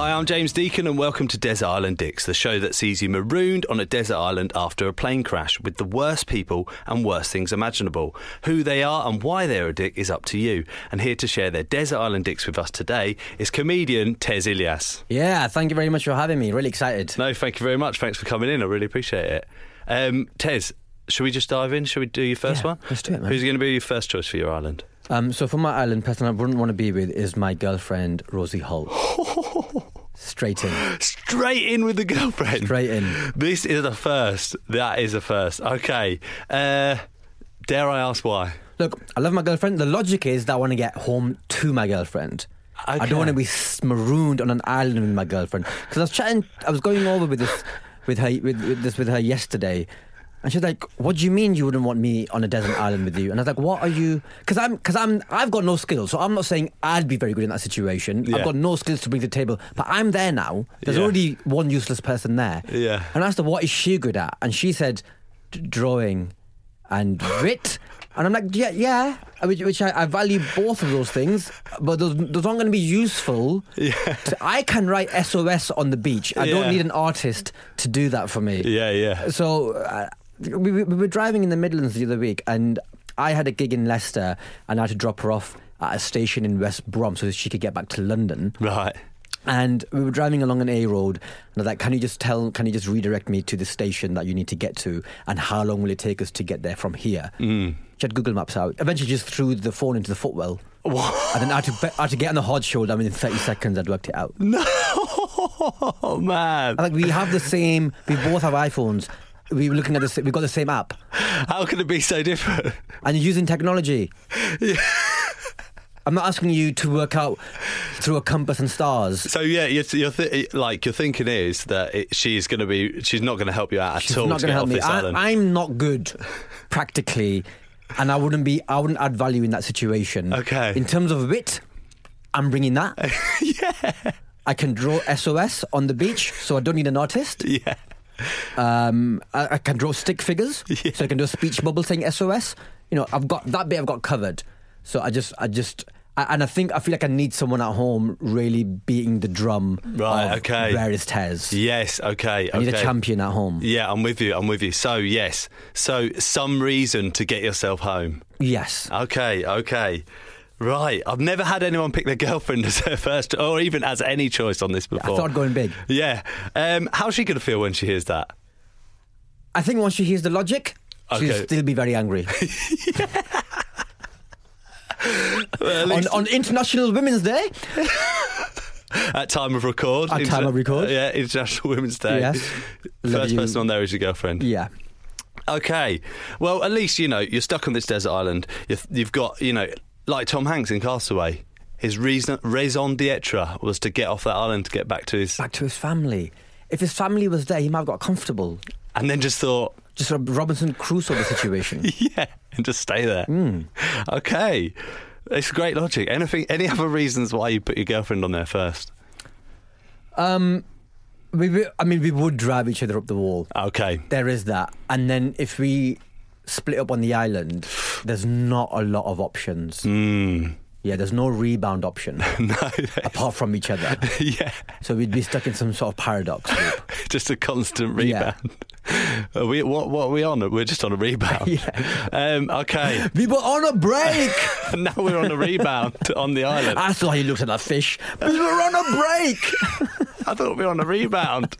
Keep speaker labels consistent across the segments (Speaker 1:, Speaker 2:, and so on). Speaker 1: Hi, I'm James Deacon, and welcome to Desert Island Dicks, the show that sees you marooned on a desert island after a plane crash with the worst people and worst things imaginable. Who they are and why they're a dick is up to you. And here to share their Desert Island Dicks with us today is comedian Tez Ilias.
Speaker 2: Yeah, thank you very much for having me. Really excited.
Speaker 1: No, thank you very much. Thanks for coming in. I really appreciate it. Um, Tez, should we just dive in? Should we do your first
Speaker 2: Yeah,
Speaker 1: one?
Speaker 2: let's do it, man.
Speaker 1: Who's going to be your first choice for your island?
Speaker 2: Um, so, for my island, person I wouldn't want to be with is my girlfriend, Rosie Holt. Straight in.
Speaker 1: Straight in with the girlfriend.
Speaker 2: Straight in.
Speaker 1: This is a first. That is a first. Okay. Uh, dare I ask why?
Speaker 2: Look, I love my girlfriend. The logic is that I want to get home to my girlfriend. I
Speaker 1: Okay.
Speaker 2: don't want to be s- marooned on an island with my girlfriend. Because I was chatting, I was going over with this, with her, with, with this with her yesterday, and she's like, "What do you mean you wouldn't want me on a desert island with you?" And I was like, "What are you?" Because I'm, because I'm, I've got no skills, so I'm not saying I'd be very good in that situation.
Speaker 1: Yeah.
Speaker 2: I've got no skills to bring to the table, but I'm there now. There's
Speaker 1: Yeah.
Speaker 2: already one useless person there.
Speaker 1: Yeah.
Speaker 2: And I asked her, "What is she good at?" And she said, "D- "Drawing." and wit. And I'm like, yeah, yeah, which, which I, I value both of those things, but those, those aren't going to be useful. Yeah. I can write SOS on the beach. I
Speaker 1: Yeah.
Speaker 2: don't need an artist to do that for me.
Speaker 1: Yeah, yeah.
Speaker 2: So uh, we, we we were driving in the Midlands the other week, and I had a gig in Leicester, and I had to drop her off at a station in West Brom so that she could get back to London
Speaker 1: Right.
Speaker 2: and we were driving along an A road, and I was like, "Can you just tell? Can you just redirect me to the station that you need to get to, and how long will it take us to get there from here?" Mm. She had Google Maps out. Eventually, just threw the phone into the footwell,
Speaker 1: Oh.
Speaker 2: and then I had to, I had to get on the hard shoulder. I mean, in thirty seconds, I'd worked it out.
Speaker 1: No, man.
Speaker 2: I'm like, we have the same. We both have iPhones. We were looking at the. sa- We got the same app,
Speaker 1: How can it be so different?
Speaker 2: and you're using technology. I'm not asking you to work out through a compass and stars.
Speaker 1: So yeah, you're, you're th- like your thinking is that it, she's going to be, she's not going to help you out at
Speaker 2: She's
Speaker 1: all.
Speaker 2: not
Speaker 1: to
Speaker 2: going to
Speaker 1: get
Speaker 2: help
Speaker 1: off
Speaker 2: me.
Speaker 1: This island.
Speaker 2: I, I'm not good practically, and I wouldn't be. I wouldn't add value in that situation.
Speaker 1: Okay.
Speaker 2: In terms of wit, I'm bringing that. yeah. I can draw SOS on the beach, so I don't need an artist.
Speaker 1: yeah.
Speaker 2: Um, I, I can draw stick figures, so I can do a speech bubble saying SOS. You know, I've got that bit. I've got covered. So I just, I just, I, and I think I feel like I need someone at home really beating the drum.
Speaker 1: Right,
Speaker 2: Of
Speaker 1: okay.
Speaker 2: Where is Tez?
Speaker 1: Yes. Okay.
Speaker 2: I need
Speaker 1: okay.
Speaker 2: a champion at home.
Speaker 1: Yeah, I'm with you. I'm with you. So yes. So some reason to get yourself home.
Speaker 2: Yes.
Speaker 1: Okay, okay. Right. I've never had anyone pick their girlfriend as their first or even as any choice on this
Speaker 2: I
Speaker 1: before.
Speaker 2: thought going big.
Speaker 1: Yeah. Um, how's she going to feel when she hears that?
Speaker 2: I think once she hears the logic,
Speaker 1: Okay.
Speaker 2: she'll still be very angry. on, on International Women's Day,
Speaker 1: At time of record? uh,
Speaker 2: At time of record?
Speaker 1: yeah, International Women's Day.
Speaker 2: Yes. Love
Speaker 1: First
Speaker 2: you.
Speaker 1: person on there is your girlfriend.
Speaker 2: yeah,
Speaker 1: Okay. Well, at least, you know, you're stuck on this desert island. You've, you've got, you know, like Tom Hanks in Castaway. His reason, raison d'etre was to get off that island to get back to his.
Speaker 2: back to his family. If his family was there, he might have got comfortable.
Speaker 1: And then just thought,
Speaker 2: Just a Robinson Crusoe the situation.
Speaker 1: yeah, and just stay there.
Speaker 2: Hmm.
Speaker 1: Okay, it's great logic. Anything, any other reasons why you put your girlfriend on there first?
Speaker 2: we, we- I mean, we would drive each other up the wall.
Speaker 1: Okay,
Speaker 2: There is that. And then if we split up on the island, there's not a lot of options.
Speaker 1: Hmm.
Speaker 2: Yeah, there's no rebound option
Speaker 1: no,
Speaker 2: apart from each other.
Speaker 1: yeah,
Speaker 2: So we'd be stuck in some sort of paradox loop.
Speaker 1: just a constant
Speaker 2: Yeah.
Speaker 1: rebound. Are we what? What are we on? We're just on a rebound.
Speaker 2: Yeah.
Speaker 1: Um, okay,
Speaker 2: We were on a break.
Speaker 1: now we're on a rebound on the island.
Speaker 2: I saw you looked at that fish. We were on a break.
Speaker 1: I thought we were on a rebound.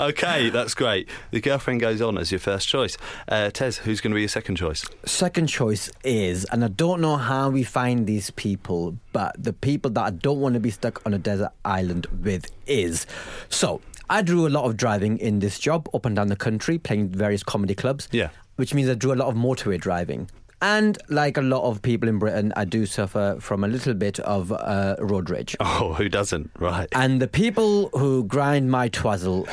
Speaker 1: okay, that's great. The girlfriend goes on as your first choice. Uh, Tez, who's going to be your second choice?
Speaker 2: Second choice is, and I don't know how we find these people, but the people that I don't want to be stuck on a desert island with is. So I drew a lot of driving in this job up and down the country, playing various comedy clubs.
Speaker 1: Yeah.
Speaker 2: Which means I drew a lot of motorway driving. And like a lot of people in Britain, I do suffer from a little bit of uh, road rage.
Speaker 1: Oh, who doesn't? Right.
Speaker 2: And the people who grind my twazzle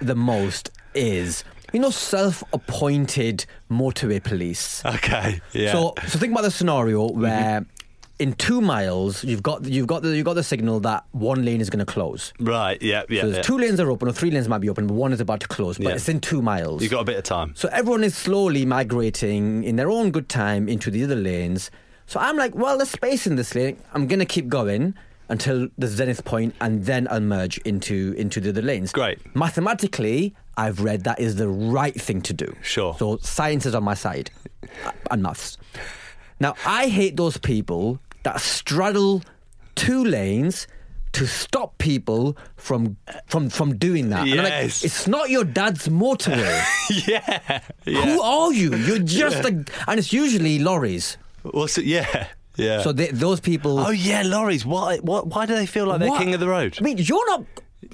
Speaker 2: the most is, you know, self appointed motorway police.
Speaker 1: Okay. Uh, Yeah. Mm-hmm.
Speaker 2: So, so think about the scenario where in two miles you've got you've got the you've got the signal that one lane is going to close.
Speaker 1: right. Yeah. Yeah.
Speaker 2: So there's
Speaker 1: yeah.
Speaker 2: two lanes are open, or three lanes might be open, but one is about to close. But
Speaker 1: Yeah.
Speaker 2: it's in two miles.
Speaker 1: You got a bit of time.
Speaker 2: So everyone is slowly migrating in their own good time into the other lanes. So I'm like, well, there's space in this lane. I'm gonna keep going until the zenith point, and then I'll merge into into the other lanes.
Speaker 1: Great.
Speaker 2: Mathematically, I've read that is the right thing to do.
Speaker 1: Sure.
Speaker 2: So science is on my side, uh, and maths. Now I hate those people that straddle two lanes. To stop people from from from doing that, And I'm like,
Speaker 1: Yes.
Speaker 2: it's not your dad's motorway.
Speaker 1: yeah. Yeah.
Speaker 2: Who are you? You're just a, and it's usually lorries.
Speaker 1: What's it? Yeah. Yeah.
Speaker 2: So they, those people.
Speaker 1: oh yeah, lorries. Why? What? Why do they feel like they're
Speaker 2: What?
Speaker 1: king of the road?
Speaker 2: I mean, you're not.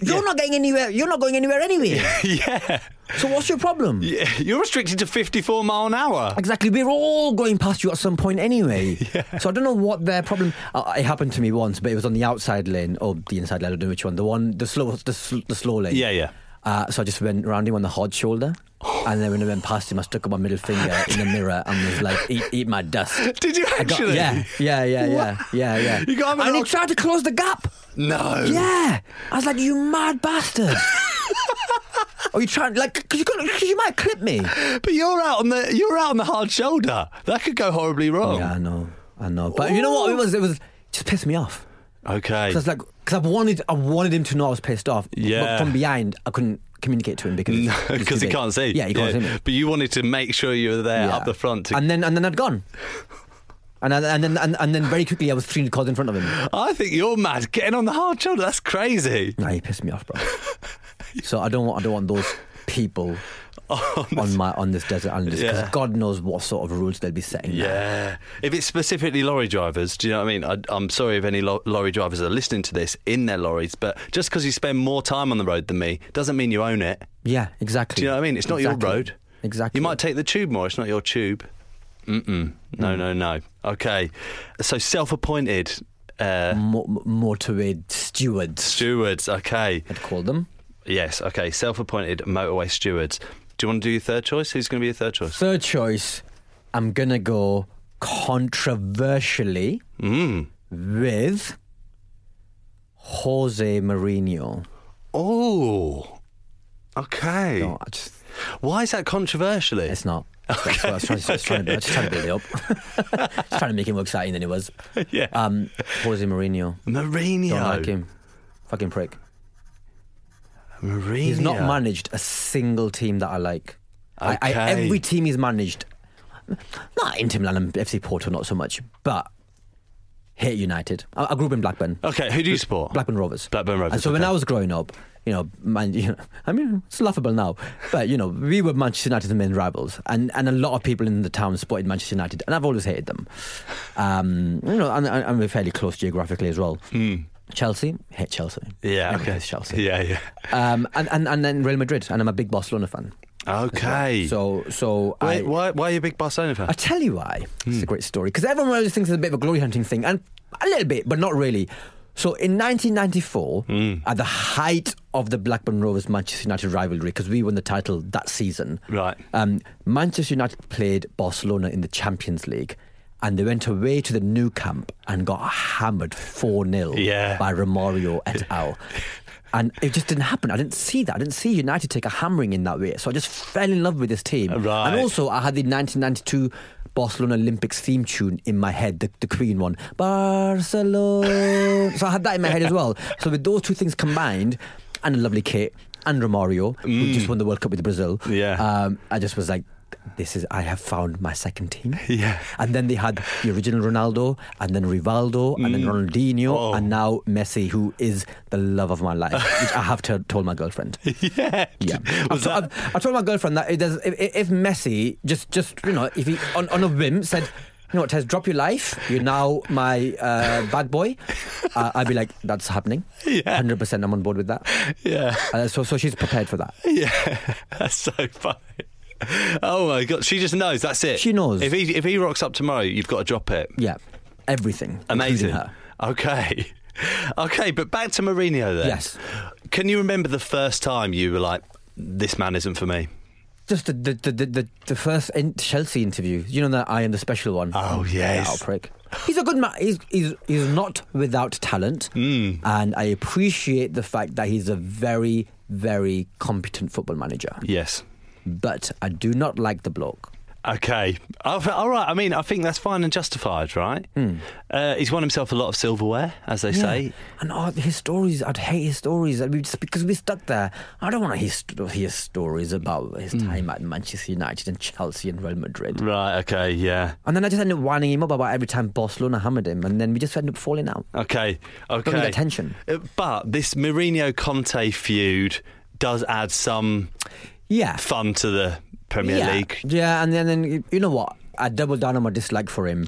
Speaker 2: You're
Speaker 1: Yeah.
Speaker 2: not getting anywhere. You're not going anywhere anyway.
Speaker 1: yeah.
Speaker 2: So what's your problem?
Speaker 1: Yeah. You're restricted to 54 mile an hour.
Speaker 2: Exactly. We're all going past you at some point anyway. So I don't know what their problem. Uh, it happened to me once, but it was on the outside lane or the inside lane. I don't know which one. The one, the slow, the, sl- the slow lane.
Speaker 1: Yeah, yeah.
Speaker 2: Uh, so I just went round him on the hard shoulder, and then when I went past him, I stuck up my middle finger in the mirror and was like, "Eat, eat my dust."
Speaker 1: Did you
Speaker 2: I got-
Speaker 1: actually?
Speaker 2: yeah, yeah, yeah, yeah, yeah, yeah.
Speaker 1: You got him in Oh.
Speaker 2: and he
Speaker 1: all-
Speaker 2: tried to close the gap.
Speaker 1: No.
Speaker 2: Yeah, I was like, "You mad bastard." Are you trying like? Because you, could- 'cause you might clip me.
Speaker 1: But you're out on the you're out on the hard shoulder. That could go horribly wrong.
Speaker 2: Yeah, I know, I know. But you know what? It was it was just pissed me off.
Speaker 1: Okay.
Speaker 2: Because like, because I wanted I wanted him to know I was pissed off.
Speaker 1: Yeah.
Speaker 2: But from behind, I couldn't communicate to him because it's- it's
Speaker 1: Because
Speaker 2: too
Speaker 1: he
Speaker 2: big.
Speaker 1: can't see.
Speaker 2: Yeah, he can't see me.
Speaker 1: But you wanted to make sure you were there
Speaker 2: Yeah.
Speaker 1: up the front. To...
Speaker 2: and then and then I'd gone. And, I, and then and, and then very quickly I was 300 cars in front of him.
Speaker 1: I think you're mad getting on the hard shoulder. That's crazy.
Speaker 2: Nah, he pissed me off, bro. so I don't want I don't want those people on my on this desert island because
Speaker 1: Yeah.
Speaker 2: God knows what sort of rules they'll be setting.
Speaker 1: Yeah. If it's specifically lorry drivers, do you know what I mean? I, I'm sorry if any lo- lorry drivers are listening to this in their lorries, but just because you spend more time on the road than me doesn't mean you own it.
Speaker 2: Yeah, exactly.
Speaker 1: Do you know what I mean? It's not
Speaker 2: Exactly.
Speaker 1: your road.
Speaker 2: Exactly.
Speaker 1: You might take the tube more. It's not your tube. Mm-mm.
Speaker 2: Mm.
Speaker 1: No, no, no. Okay. So self-appointed uh,
Speaker 2: Mo- mo- motorway stewards.
Speaker 1: stewards. Okay.
Speaker 2: I'd call them.
Speaker 1: Yes. Okay. Self-appointed motorway stewards. Do you want to do your third choice? Who's going to be your third choice?
Speaker 2: Third choice, I'm gonna go controversially
Speaker 1: Mm.
Speaker 2: with Jose Mourinho.
Speaker 1: Oh. Okay.
Speaker 2: No, Oh, I just,
Speaker 1: Why is that controversially?
Speaker 2: it's not. That's what I was trying, I was trying to, I was just trying to build it up. just trying to make it more exciting than it was.
Speaker 1: yeah.
Speaker 2: Um, Jose Mourinho.
Speaker 1: Mourinho.
Speaker 2: Don't like him. Fucking prick.
Speaker 1: Mourinho.
Speaker 2: He's not managed a single team that I like. I, I,
Speaker 1: Okay.
Speaker 2: every team he's managed, not Inter Milan and FC Porto, not so much, but hate United. I, I grew up in Blackburn.
Speaker 1: Okay, who do you support?
Speaker 2: Blackburn Rovers.
Speaker 1: Blackburn Rovers,
Speaker 2: And so when
Speaker 1: okay.
Speaker 2: I was growing up, you know, man, you know, I mean, it's laughable now, but you know, we were Manchester United's main rivals, and, and a lot of people in the town supported Manchester United, and I've always hated them. Um, you know, and, and we're fairly close geographically as well. Chelsea, hate Chelsea.
Speaker 1: Hmm. Yeah,
Speaker 2: Never
Speaker 1: okay.
Speaker 2: hates Chelsea.
Speaker 1: Yeah, yeah.
Speaker 2: Um, and, and and then Real Madrid, and I'm a big Barcelona fan.
Speaker 1: Okay.
Speaker 2: So so
Speaker 1: Wait,
Speaker 2: I
Speaker 1: why, why are you a big Barcelona fan?
Speaker 2: I tell you why. It's
Speaker 1: Hmm.
Speaker 2: a great story because everyone always thinks it's a bit of a glory hunting thing, and a little bit, but not really. So in 1994,
Speaker 1: Hmm.
Speaker 2: at the height of the Blackburn Rovers Manchester United rivalry, because we won the title that season,
Speaker 1: Right.
Speaker 2: Um, Manchester United played Barcelona in the Champions League, and they went away to the new camp and got hammered four 0
Speaker 1: Yeah.
Speaker 2: by Romario et al. And it just didn't happen. I didn't see that. I didn't see United take a hammering in that way. So I just fell in love with this team.
Speaker 1: Right.
Speaker 2: And also, I had the 1992 Barcelona Olympics theme tune in my head, the, the Queen one, Barcelona. so I had that in my head as well. So with those two things combined, and a lovely kit, and Romario, who just won the World Cup with Brazil,
Speaker 1: Mm. Yeah.
Speaker 2: um, I just was like, this is I have found my second team.
Speaker 1: Yeah.
Speaker 2: And then they had the original Ronaldo, and then Rivaldo, and then Ronaldinho,
Speaker 1: Oh.
Speaker 2: and now Messi, who is the love of my life, which I have to, told my girlfriend.
Speaker 1: yeah.
Speaker 2: Yeah, I,
Speaker 1: Was
Speaker 2: to-
Speaker 1: that,
Speaker 2: I- I told my girlfriend that it does, if, if Messi just just you know if he on, on a whim said, you know what, Tess, drop your life. You're now my uh, bad boy. Uh, I'd be like, that's happening.
Speaker 1: Yeah.
Speaker 2: 100% I'm on board with that.
Speaker 1: Yeah.
Speaker 2: Uh, so, so she's prepared for that.
Speaker 1: Yeah, that's so funny. Oh my god, she just knows. That's it.
Speaker 2: She knows.
Speaker 1: If he if he rocks up tomorrow, you've got to drop it.
Speaker 2: Yeah. Everything. including
Speaker 1: Amazing.
Speaker 2: her.
Speaker 1: Okay, okay, but back to Mourinho then.
Speaker 2: Yes.
Speaker 1: Can you remember the first time you were like, "This man isn't for me"?
Speaker 2: Just the the, the, the, the, the first in Chelsea interview. You know that I am the special one.
Speaker 1: Oh, yes.
Speaker 2: That prick. He's a good man. He's, he's he's not without talent,
Speaker 1: Hmm.
Speaker 2: and I appreciate the fact that he's a very very competent football manager.
Speaker 1: Yes.
Speaker 2: But I do not like the bloke.
Speaker 1: Okay. I've- All right. I mean, I think that's fine and justified, right?
Speaker 2: Hmm.
Speaker 1: Uh, he's won himself a lot of silverware, as they say.
Speaker 2: and all his stories. I'd hate his stories. I'd be just because we're stuck there. I don't want to hear, hear stories about his
Speaker 1: Hmm.
Speaker 2: time at Manchester United and Chelsea and Real Madrid.
Speaker 1: Right. Okay. Yeah.
Speaker 2: And then I just end up winding him up about every time Barcelona hammered him, and then we just end up falling out.
Speaker 1: Okay. Okay.
Speaker 2: need attention.
Speaker 1: Uh, But this Mourinho Conte feud does add some
Speaker 2: Yeah.
Speaker 1: fun to the Premier
Speaker 2: yeah.
Speaker 1: League.
Speaker 2: Yeah, and then, then you know what? I doubled down on my dislike for him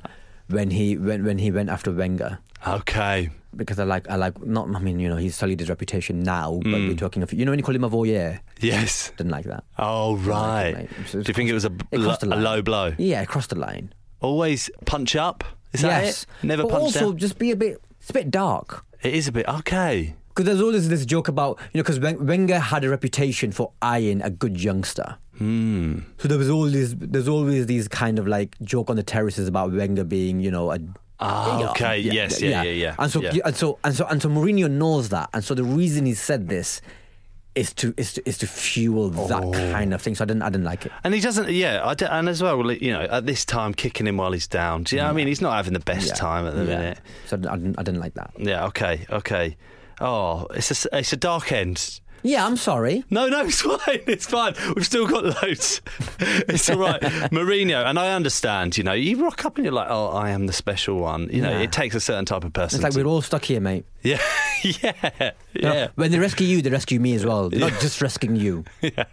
Speaker 2: when he when, when he went after Wenger
Speaker 1: Okay.
Speaker 2: because I like I like not I mean you know he's sullied his reputation now, but
Speaker 1: Mm.
Speaker 2: we're talking of you know when you call him a voyeur,
Speaker 1: Yes.
Speaker 2: didn't like that.
Speaker 1: Oh right.
Speaker 2: mate. It's-
Speaker 1: Do you
Speaker 2: it's
Speaker 1: think it was a,
Speaker 2: It
Speaker 1: lo-
Speaker 2: crossed the
Speaker 1: a
Speaker 2: line.
Speaker 1: low blow?
Speaker 2: Yeah, it crossed the line.
Speaker 1: Always punch up. Is that
Speaker 2: yes,
Speaker 1: it? Never
Speaker 2: but
Speaker 1: punch
Speaker 2: also
Speaker 1: down.
Speaker 2: just be a bit it's a bit dark.
Speaker 1: It is a bit okay.
Speaker 2: Because there's always this joke about, you know, because Wenger had a reputation for eyeing a good youngster.
Speaker 1: Hmm.
Speaker 2: So there was always there's always these kind of like joke on the terraces about Wenger being, you know, a
Speaker 1: Ah,
Speaker 2: Um, yeah,
Speaker 1: okay. yes. Yeah. Yeah. Yeah.
Speaker 2: And so
Speaker 1: yeah.
Speaker 2: and so and so and so Mourinho knows that, and so the reason he said this is to is to is to fuel that
Speaker 1: Oh.
Speaker 2: kind of thing. So I didn't I didn't like it.
Speaker 1: And he doesn't, yeah, I don't- and as well, like, you know, at this time, kicking him while he's down. Do you know what I mean? He's not having the best
Speaker 2: Yeah.
Speaker 1: time at the
Speaker 2: Yeah.
Speaker 1: minute.
Speaker 2: So I didn't, I didn't I didn't like that.
Speaker 1: Yeah, okay, okay. Oh, it's a, it's a dark end.
Speaker 2: Yeah, I'm sorry.
Speaker 1: No, no, it's fine. It's fine. We've still got loads. It's all right. Mourinho, and I understand, you know, you rock up and you're like, oh, I am the special one. You know,
Speaker 2: Yeah.
Speaker 1: it takes a certain type of person.
Speaker 2: It's like
Speaker 1: to-
Speaker 2: we're all stuck here, mate.
Speaker 1: Yeah, yeah,
Speaker 2: You know,
Speaker 1: yeah.
Speaker 2: When they rescue you, they rescue me as well. They're not just rescuing you.
Speaker 1: yeah.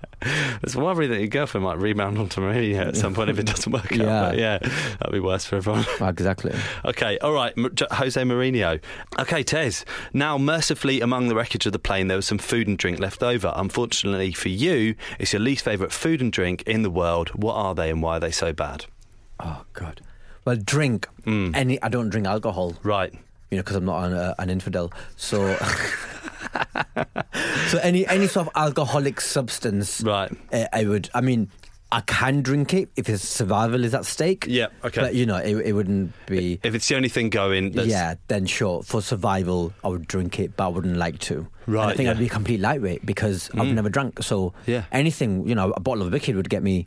Speaker 1: There's a worry that your girlfriend might rebound onto Mourinho at some point if it doesn't work
Speaker 2: Yeah.
Speaker 1: out. But yeah, that'd be worse for everyone.
Speaker 2: exactly.
Speaker 1: Okay, all right, M- J- Jose Mourinho. Okay, Tez. Now, mercifully, among the wreckage of the plane, there was some food and drink left over. Unfortunately for you, it's your least favourite food and drink in the world. What are they and why are they so bad?
Speaker 2: Oh God. Well, drink.
Speaker 1: Mm.
Speaker 2: Any. I don't drink alcohol.
Speaker 1: Right.
Speaker 2: You know, because I'm not an, uh, an infidel. So. so any any sort of alcoholic substance.
Speaker 1: Right.
Speaker 2: Uh, I would. I mean. I can drink it if his survival is at stake.
Speaker 1: Yeah, okay.
Speaker 2: But you know, it, it wouldn't be.
Speaker 1: If it's the only thing going, that's,
Speaker 2: yeah, then sure. For survival, I would drink it, but I wouldn't like to. And I
Speaker 1: Right,
Speaker 2: think
Speaker 1: yeah. Mm.
Speaker 2: I'd be a complete lightweight because I've never drank. So
Speaker 1: Yeah.
Speaker 2: anything, you know, a bottle of wicked would get me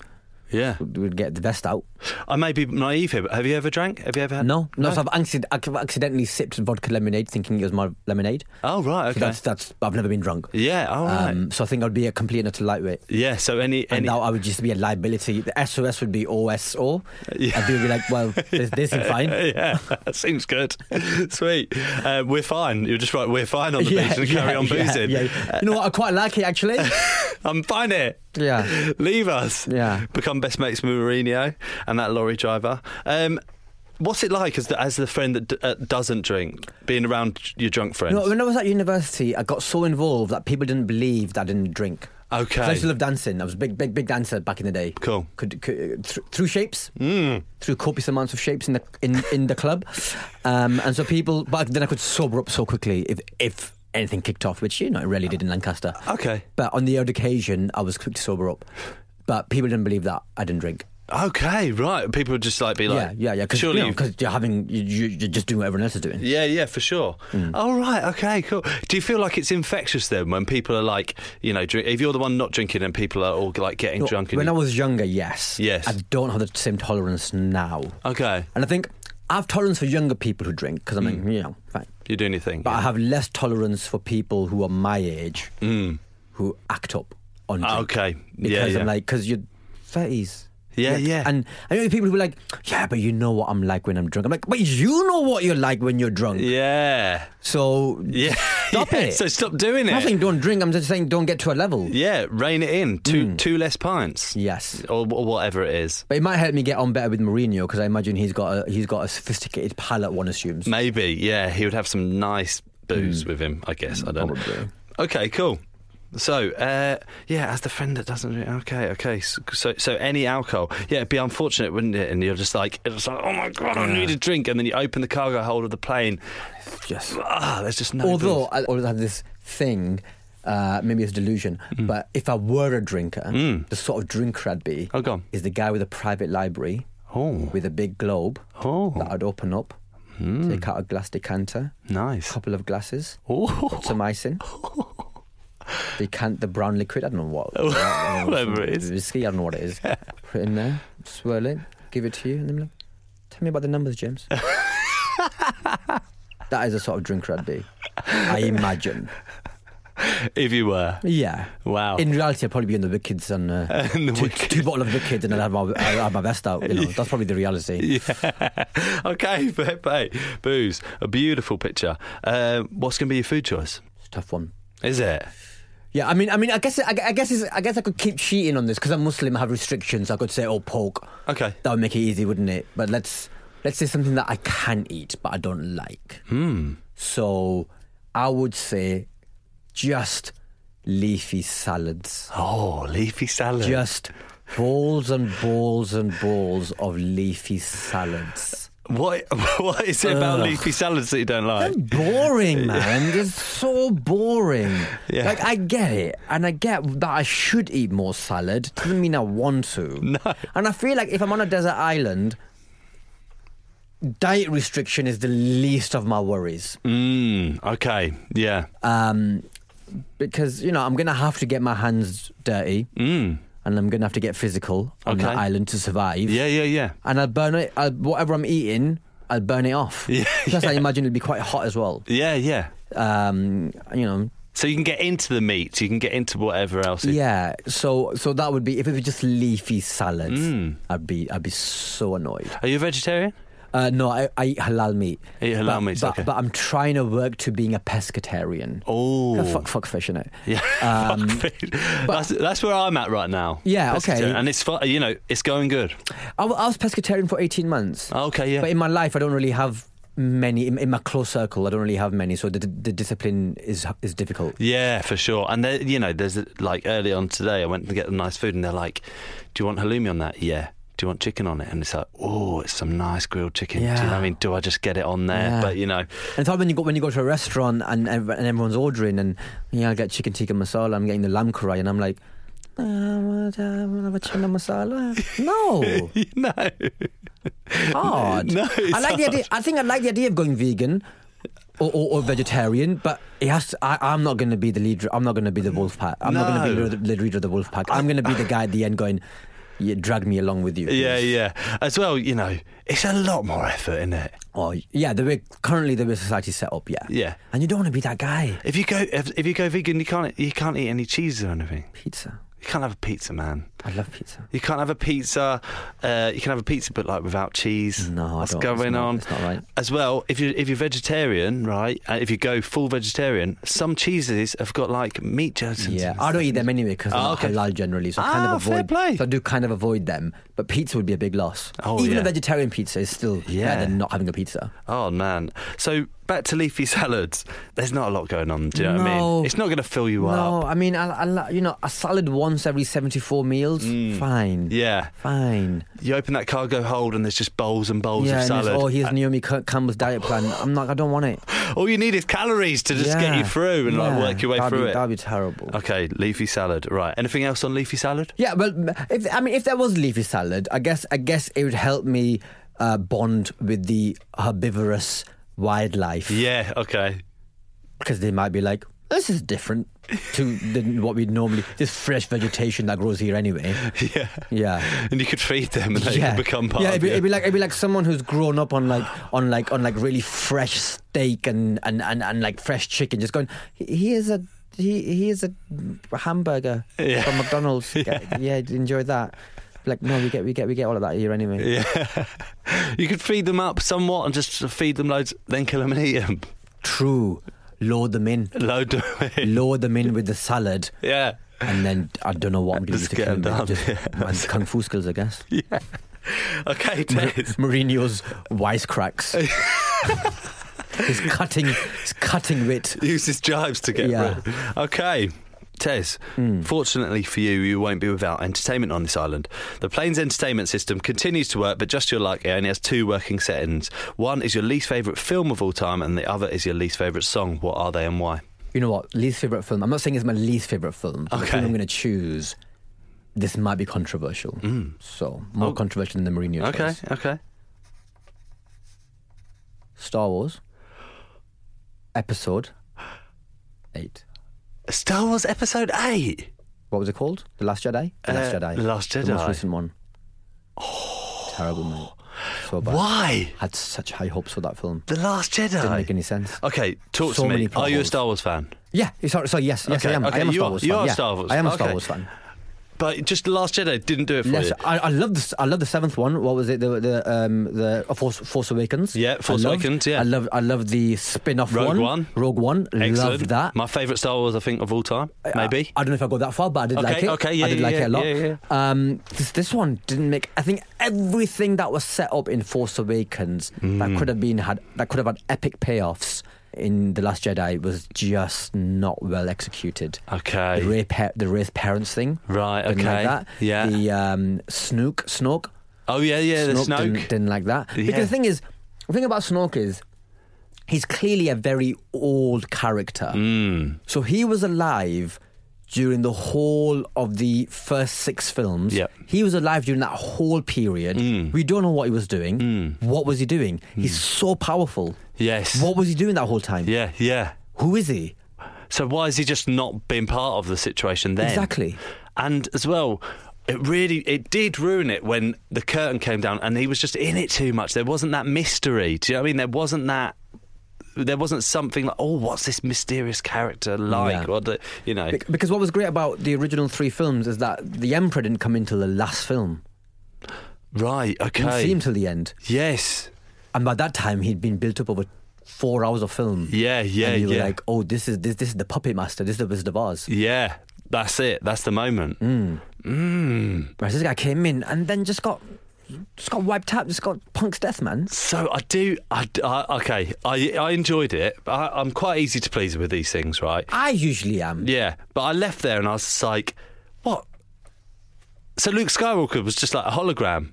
Speaker 1: Yeah.
Speaker 2: would get the best out.
Speaker 1: I may be naive here, but have you ever drank? Have you ever had?
Speaker 2: No, no. So I've acci- I've accidentally sipped vodka lemonade, thinking it was my lemonade.
Speaker 1: Oh, right,
Speaker 2: So
Speaker 1: okay.
Speaker 2: that's that's. I've never been drunk.
Speaker 1: yeah, all right.
Speaker 2: Um, so I think I'd be a complete and utter lightweight.
Speaker 1: yeah, so any.
Speaker 2: And
Speaker 1: any
Speaker 2: now I would just be a liability. The SOS would be OSO. I'd be like, well, this, this is fine.
Speaker 1: yeah, that seems good. Sweet. Uh, we're fine. You're just right. We're fine on the beach and carry on boozing.
Speaker 2: yeah, yeah. You know what? I quite like it actually.
Speaker 1: I'm fine here.
Speaker 2: yeah.
Speaker 1: Leave us.
Speaker 2: Yeah.
Speaker 1: Become best mates with Mourinho and that lorry driver. Um, what's it like as the, as the friend that d- uh, doesn't drink, being around your drunk friends?
Speaker 2: No, when I was at university, I got so involved that people didn't believe that I didn't drink. 'Cause I
Speaker 1: okay.
Speaker 2: used to love dancing. I was a big, big, big dancer back in the day.
Speaker 1: Cool.
Speaker 2: Could, could thr- through shapes, mm. through copious amounts of shapes in the in, in the club, um, and so people. But then I could sober up so quickly if if anything kicked off, which you know it rarely did in Lancaster.
Speaker 1: Okay.
Speaker 2: But on the odd occasion, I was quick to sober up. But people didn't believe that I didn't drink.
Speaker 1: Okay, right. People would just like be like,
Speaker 2: yeah, yeah, yeah. Because you
Speaker 1: surely. you-
Speaker 2: are having you, you- you're just doing what everyone else is doing.
Speaker 1: yeah, yeah, for sure.
Speaker 2: Mm.
Speaker 1: All right, okay, cool. Do you feel like it's infectious then when people are like, you know, drink, if you're the one not drinking and people are all like getting
Speaker 2: No,
Speaker 1: drunk? And
Speaker 2: When I
Speaker 1: you-
Speaker 2: was younger, yes,
Speaker 1: Yes.
Speaker 2: I don't have the same tolerance now,
Speaker 1: okay,
Speaker 2: and I think I have tolerance for younger people who drink because I'm
Speaker 1: Mm.
Speaker 2: like, you know, fine.
Speaker 1: you're doing your thing.
Speaker 2: But I have less tolerance for people who are my age who act up on
Speaker 1: Ah,
Speaker 2: drink.
Speaker 1: okay. Yeah,
Speaker 2: Because
Speaker 1: Oh, yeah.
Speaker 2: I'm like, because you're 30s.
Speaker 1: Yeah, yeah.
Speaker 2: And I know people who are like, yeah, but you know what I'm like when I'm drunk. I'm like, but you know what you're like when you're drunk.
Speaker 1: yeah.
Speaker 2: So
Speaker 1: Yeah.
Speaker 2: stop
Speaker 1: Yeah,
Speaker 2: it.
Speaker 1: So stop doing
Speaker 2: I'm not
Speaker 1: it.
Speaker 2: saying don't drink. I'm just saying don't get to a level.
Speaker 1: Yeah, rein it in. Two
Speaker 2: Hmm.
Speaker 1: two less pints.
Speaker 2: Yes.
Speaker 1: Or, or whatever it is.
Speaker 2: But it might help me get on better with Mourinho because I imagine he's got a he's got a sophisticated palate. One assumes.
Speaker 1: Maybe, yeah. He would have some nice booze with him, I guess. I don't know.
Speaker 2: Hmm. probably.
Speaker 1: Okay, cool. So, uh, yeah, as the friend that doesn't drink, okay, okay. s- So, so any alcohol, yeah, it'd be unfortunate, wouldn't it? And you're just like, it's like, oh my god, I need a drink, and then you open the cargo hold of the plane.
Speaker 2: Yes.
Speaker 1: Ah, there's just no.
Speaker 2: Although
Speaker 1: booze.
Speaker 2: I always have this thing. Uh, maybe it's delusion,
Speaker 1: Mm.
Speaker 2: but if I were a drinker, the sort of drinker I'd be
Speaker 1: Oh, go on.
Speaker 2: is the guy with a private library
Speaker 1: oh,
Speaker 2: with a big globe
Speaker 1: Oh. Mm.
Speaker 2: that I'd open up, take out a glass decanter,
Speaker 1: nice.
Speaker 2: couple of glasses,
Speaker 1: Oh,
Speaker 2: put some ice in, decant the brown liquid. I don't know what,
Speaker 1: whatever it is.
Speaker 2: whiskey. I don't know what it is. Put it in there, swirl it, give it to you, and then be like, tell me about the numbers, James. that is the sort of drinker I'd be. I imagine.
Speaker 1: If you were,
Speaker 2: Yeah.
Speaker 1: wow.
Speaker 2: In reality, I'd probably be in the Wickeds and uh,
Speaker 1: And the
Speaker 2: two,
Speaker 1: Wicked.
Speaker 2: two bottle of Wicked, and I'd have my I'd have my vest out. You know, that's probably the reality.
Speaker 1: yeah. okay, Pepe, booze, a beautiful picture. Um, what's going to be your food choice?
Speaker 2: It's a tough one.
Speaker 1: Is it?
Speaker 2: Yeah, I mean, I mean, I guess, I, I guess, it's, I guess, I could keep cheating on this because I'm Muslim. I have restrictions. I could say, oh, pork.
Speaker 1: Okay.
Speaker 2: That would make it easy, wouldn't it? But let's let's say something that I can eat but I don't like. So I would say just leafy salads.
Speaker 1: Oh, leafy salad.
Speaker 2: Just balls and balls and balls of leafy salads.
Speaker 1: What what is it about
Speaker 2: Ugh. Um.
Speaker 1: leafy salads that you don't like?
Speaker 2: They're boring, man. They're so boring.
Speaker 1: Yeah.
Speaker 2: Like I get it, and I get that I should eat more salad. Doesn't mean I want to.
Speaker 1: No.
Speaker 2: And I feel like if I'm on a desert island, diet restriction is the least of my worries
Speaker 1: Mm, okay. Yeah.
Speaker 2: um, because you know I'm gonna have to get my hands dirty,
Speaker 1: Mmm.
Speaker 2: and I'm gonna have to get physical on the
Speaker 1: Okay.
Speaker 2: island to survive.
Speaker 1: Yeah, yeah, yeah.
Speaker 2: And I'll burn it. I'll, whatever I'm eating, I'll burn it off.
Speaker 1: Yeah,
Speaker 2: Plus, I imagine it'll be quite hot as well.
Speaker 1: Yeah, yeah.
Speaker 2: Um, you know,
Speaker 1: So you can get into the meat, you can get into whatever else. it-
Speaker 2: Yeah, so so that would be if it was just leafy salads,
Speaker 1: Mm.
Speaker 2: I'd be I'd be so annoyed.
Speaker 1: Are you a vegetarian?
Speaker 2: Uh, no, I, I eat halal meat.
Speaker 1: Eat halal
Speaker 2: but,
Speaker 1: meats,
Speaker 2: but,
Speaker 1: okay.
Speaker 2: but I'm trying to work to being a pescatarian.
Speaker 1: Oh.
Speaker 2: Oh, fuck, fuck fish in it.
Speaker 1: Yeah, fuck fish. that's, that's where I'm at right now.
Speaker 2: Yeah,
Speaker 1: That's-
Speaker 2: okay.
Speaker 1: And it's fu- you know it's going good.
Speaker 2: I, wa- I was pescatarian for 18 months,
Speaker 1: Okay, Oh, yeah.
Speaker 2: but in my life I don't really have many in, in my close circle. I don't really have many, so the, the, the discipline is is difficult.
Speaker 1: Yeah, for sure. And there, you know, there's like early on today, I went to get the nice food, and they're like, "Do you want halloumi on that? Yeah. Do you want chicken on it? And it's like, oh, it's some nice grilled chicken. Do you know what I
Speaker 2: Yeah.
Speaker 1: mean? Do I just get it on there?
Speaker 2: Yeah.
Speaker 1: But you know,
Speaker 2: And it's hard when you go when you go to a restaurant and ev- and everyone's ordering and yeah, I get chicken tikka masala. I'm getting the lamb curry, and I'm like, "Uh, what, uh, I want a chicken masala. No,
Speaker 1: you know,
Speaker 2: hard.
Speaker 1: No, it's
Speaker 2: I like the idea. I think I like the idea of going vegan. Or, or, or vegetarian, but it has to, I, I'm not going to be the leader. I'm not going to be the wolf pack. I'm not going to
Speaker 1: No.
Speaker 2: be the, the leader of the wolf pack. I'm going to be the guy at the end going, yeah, drag me along with you.
Speaker 1: yeah,
Speaker 2: please."
Speaker 1: yeah. As well, you know, it's a lot more effort in it.
Speaker 2: Or, yeah, the way, currently the way society's set up, yeah.
Speaker 1: Yeah.
Speaker 2: And you don't want to be that guy.
Speaker 1: If you go, if, if you go vegan, you can't, you can't eat any cheese or anything.
Speaker 2: Pizza.
Speaker 1: You can't have a pizza, man.
Speaker 2: I love pizza.
Speaker 1: You can't have a pizza. Uh, you can have a pizza, but like without cheese.
Speaker 2: No, I
Speaker 1: what's
Speaker 2: don't.
Speaker 1: going
Speaker 2: It's not-
Speaker 1: on?
Speaker 2: it's not right.
Speaker 1: As well, if you if you're vegetarian, right? Uh, if you go full vegetarian, some cheeses have got like meat gelatin.
Speaker 2: Yeah, I don't eat them anyway because they're
Speaker 1: Ah,
Speaker 2: not
Speaker 1: okay.
Speaker 2: halal generally, so I kind
Speaker 1: Ah,
Speaker 2: of
Speaker 1: fair
Speaker 2: avoid.
Speaker 1: play.
Speaker 2: So I do kind of avoid them, but pizza would be a big loss.
Speaker 1: Oh,
Speaker 2: Even
Speaker 1: yeah.
Speaker 2: a vegetarian pizza is still
Speaker 1: Yeah.
Speaker 2: better than not having a pizza.
Speaker 1: Oh man. So back to leafy salads. There's not a lot going on. Do you know what I
Speaker 2: No.
Speaker 1: mean? It's not going to fill you
Speaker 2: No,
Speaker 1: up.
Speaker 2: I mean, I, I, li- you know, a salad once every seventy-four meals, fine,
Speaker 1: Mm. Yeah.
Speaker 2: fine.
Speaker 1: You open that cargo hold and there's just bowls and bowls
Speaker 2: yeah,
Speaker 1: of
Speaker 2: and it's,
Speaker 1: salad.
Speaker 2: oh, here's Naomi Ca- Campbell's diet plan. I'm like, I don't want it.
Speaker 1: All you need is calories to just get
Speaker 2: Yeah,
Speaker 1: you through and like
Speaker 2: yeah,
Speaker 1: work your way
Speaker 2: that'd
Speaker 1: through
Speaker 2: be,
Speaker 1: it. Uh,
Speaker 2: That'd be terrible.
Speaker 1: Okay, leafy salad. Right. Anything else on leafy salad?
Speaker 2: Yeah, well, if, I mean, if there was leafy salad, I guess I guess it would help me uh, bond with the herbivorous wildlife.
Speaker 1: Yeah. Okay.
Speaker 2: because they might be like, this is different to than what we normally. This fresh vegetation that grows here anyway.
Speaker 1: Yeah.
Speaker 2: Yeah.
Speaker 1: And you could feed them and they
Speaker 2: yeah.
Speaker 1: could become part
Speaker 2: yeah,
Speaker 1: of
Speaker 2: it'd be,
Speaker 1: you.
Speaker 2: it'd be like it'd be like someone who's grown up on like on like on like really fresh steak and and and, and like fresh chicken, just going. Here's a he here's a hamburger
Speaker 1: Yeah.
Speaker 2: from McDonald's. Get- Yeah. enjoy that. Like, no, we get, we get, we get all of that here anyway.
Speaker 1: Yeah. you could feed them up somewhat and just feed them loads, then kill them and eat them.
Speaker 2: True. Load them in.
Speaker 1: Load them in.
Speaker 2: Load them in with the salad.
Speaker 1: Yeah.
Speaker 2: And then I don't know what I'm doing
Speaker 1: Just
Speaker 2: to
Speaker 1: get
Speaker 2: kill
Speaker 1: them
Speaker 2: them.
Speaker 1: done,
Speaker 2: Just my kung fu skills, I guess.
Speaker 1: Yeah. Okay, Des.
Speaker 2: Mourinho's wisecracks. his cutting, his cutting wit.
Speaker 1: Use his jibes to get
Speaker 2: Yeah. Hmm.
Speaker 1: rid. Okay. Tez, fortunately for you, you won't be without entertainment on this island. The plane's entertainment system continues to work, but just your luck, it only has two working settings. One is your least favourite film of all time, and the other is your least favourite song. What are they and why?
Speaker 2: You know what? Least favorite film. I'm not saying it's my least favorite film. but The
Speaker 1: Okay.
Speaker 2: film I'm going to choose. This might be controversial. So more controversial than the Mourinho.
Speaker 1: Mm. Oh. Okay,
Speaker 2: choice.
Speaker 1: okay.
Speaker 2: Star Wars. Episode eight.
Speaker 1: Star Wars Episode 8.
Speaker 2: What was it called? The Last Jedi. The Last
Speaker 1: Uh,
Speaker 2: Jedi.
Speaker 1: The Last
Speaker 2: The most
Speaker 1: Jedi. Oh.
Speaker 2: recent one. Terrible mate. So bad.
Speaker 1: Why?
Speaker 2: Had such high hopes for that film.
Speaker 1: The Last Jedi.
Speaker 2: Didn't make any sense.
Speaker 1: Okay, talk
Speaker 2: So
Speaker 1: to me.
Speaker 2: many plot
Speaker 1: Are you a
Speaker 2: holes.
Speaker 1: Star Wars fan?
Speaker 2: Yeah, sorry, sorry yes, yes,
Speaker 1: Okay,
Speaker 2: I am.
Speaker 1: okay,
Speaker 2: I am a
Speaker 1: you
Speaker 2: Star
Speaker 1: are-
Speaker 2: Wars
Speaker 1: you
Speaker 2: fan.
Speaker 1: are
Speaker 2: yeah.
Speaker 1: Star Wars.
Speaker 2: I am a Star
Speaker 1: Okay.
Speaker 2: Wars fan.
Speaker 1: But just The Last Jedi didn't do it for
Speaker 2: Yes,
Speaker 1: you.
Speaker 2: I, I love this. I love the seventh one. What was it? The the um the uh, Force Force Awakens.
Speaker 1: Yeah, Force
Speaker 2: I loved-
Speaker 1: Awakens, yeah.
Speaker 2: I love I love the spin off
Speaker 1: Rogue
Speaker 2: one.
Speaker 1: One.
Speaker 2: Rogue One.
Speaker 1: Excellent.
Speaker 2: Love that.
Speaker 1: My favourite Star Wars, I think, of all time. Maybe.
Speaker 2: Uh, I, I don't know if I got that far, but I did
Speaker 1: Okay,
Speaker 2: like it.
Speaker 1: okay, yeah,
Speaker 2: I did
Speaker 1: yeah,
Speaker 2: like
Speaker 1: yeah,
Speaker 2: it a lot.
Speaker 1: yeah,
Speaker 2: Um, this this one didn't make. I think everything that was set up in Force Awakens
Speaker 1: Mm.
Speaker 2: that could have been had that could have had epic payoffs in the Last Jedi was just not well executed.
Speaker 1: okay.
Speaker 2: The Ray, pa- the Ray's parents thing,
Speaker 1: Right,
Speaker 2: Didn't
Speaker 1: okay.
Speaker 2: Like that.
Speaker 1: Yeah.
Speaker 2: The um, Snook, Snook,
Speaker 1: oh, yeah, yeah, the
Speaker 2: Snoke,
Speaker 1: Snoke.
Speaker 2: Didn't, didn't like that.
Speaker 1: Yeah.
Speaker 2: Because the thing is, the thing about Snoke is he's clearly a very old character.
Speaker 1: Hmm.
Speaker 2: So he was alive during the whole of the first six films.
Speaker 1: Yep. Hmm.
Speaker 2: He was alive during that whole period. We don't know what he was doing. What was he doing? He's so powerful.
Speaker 1: Yes.
Speaker 2: What was he doing that whole time?
Speaker 1: Yeah, yeah.
Speaker 2: Who is he?
Speaker 1: So why is he just not being part of the situation then?
Speaker 2: Exactly.
Speaker 1: And as well, it really it did ruin it when the curtain came down and he was just in it too much. There wasn't that mystery. Do you know what I mean? There wasn't that there wasn't something like, oh, what's this mysterious character like?
Speaker 2: Yeah.
Speaker 1: Or the, you know,
Speaker 2: Bec- Because what was great about the original three films is that the Emperor didn't come into the last film.
Speaker 1: right?
Speaker 2: He didn't see
Speaker 1: Okay.
Speaker 2: him till the end.
Speaker 1: yes.
Speaker 2: And by that time, he'd been built up over four hours of film.
Speaker 1: Yeah. Yeah.
Speaker 2: and you
Speaker 1: yeah.
Speaker 2: were like, "Oh, this is this this is the puppet master. This is the Wizard of Oz."
Speaker 1: yeah. That's it. That's the moment.
Speaker 2: Mm. Whereas this guy came in and then just got just got wiped out. Just got Punk's death, man.
Speaker 1: So I do. I, I okay. I I enjoyed it. I, I'm quite easy to please with these things, right?
Speaker 2: I usually am.
Speaker 1: Yeah, but I left there and I was just like, what? So Luke Skywalker was just like a hologram.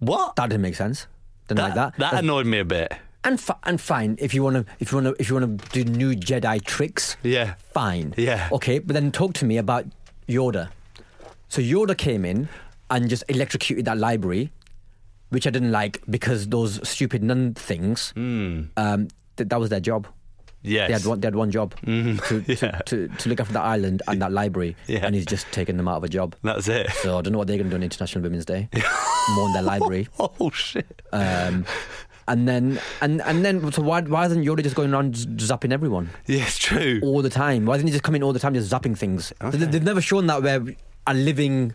Speaker 1: What?
Speaker 2: That didn't make sense. Didn't like that.
Speaker 1: That annoyed me a bit.
Speaker 2: and fi- and fine if you want to if you want to if you want to do new Jedi tricks.
Speaker 1: Yeah.
Speaker 2: Fine.
Speaker 1: Yeah.
Speaker 2: Okay, but then talk to me about Yoda. So Yoda came in and just electrocuted that library, which I didn't like because those stupid nun things.
Speaker 1: Hmm.
Speaker 2: Um, th- that was their job.
Speaker 1: Yes.
Speaker 2: They had one, they had one job to, to, to, to look after that island and that library,
Speaker 1: Mm-hmm. Yeah.
Speaker 2: and he's just taken them out of a job.
Speaker 1: That was it.
Speaker 2: So I don't know what they're going to do on International Women's Day. Mourn their library,
Speaker 1: Oh shit.
Speaker 2: um, and then and and then so why why isn't Yoda just going around z- zapping everyone
Speaker 1: Yeah, it's true.
Speaker 2: all the time? Why isn't he just coming all the time, just zapping things? They, have never shown that where a living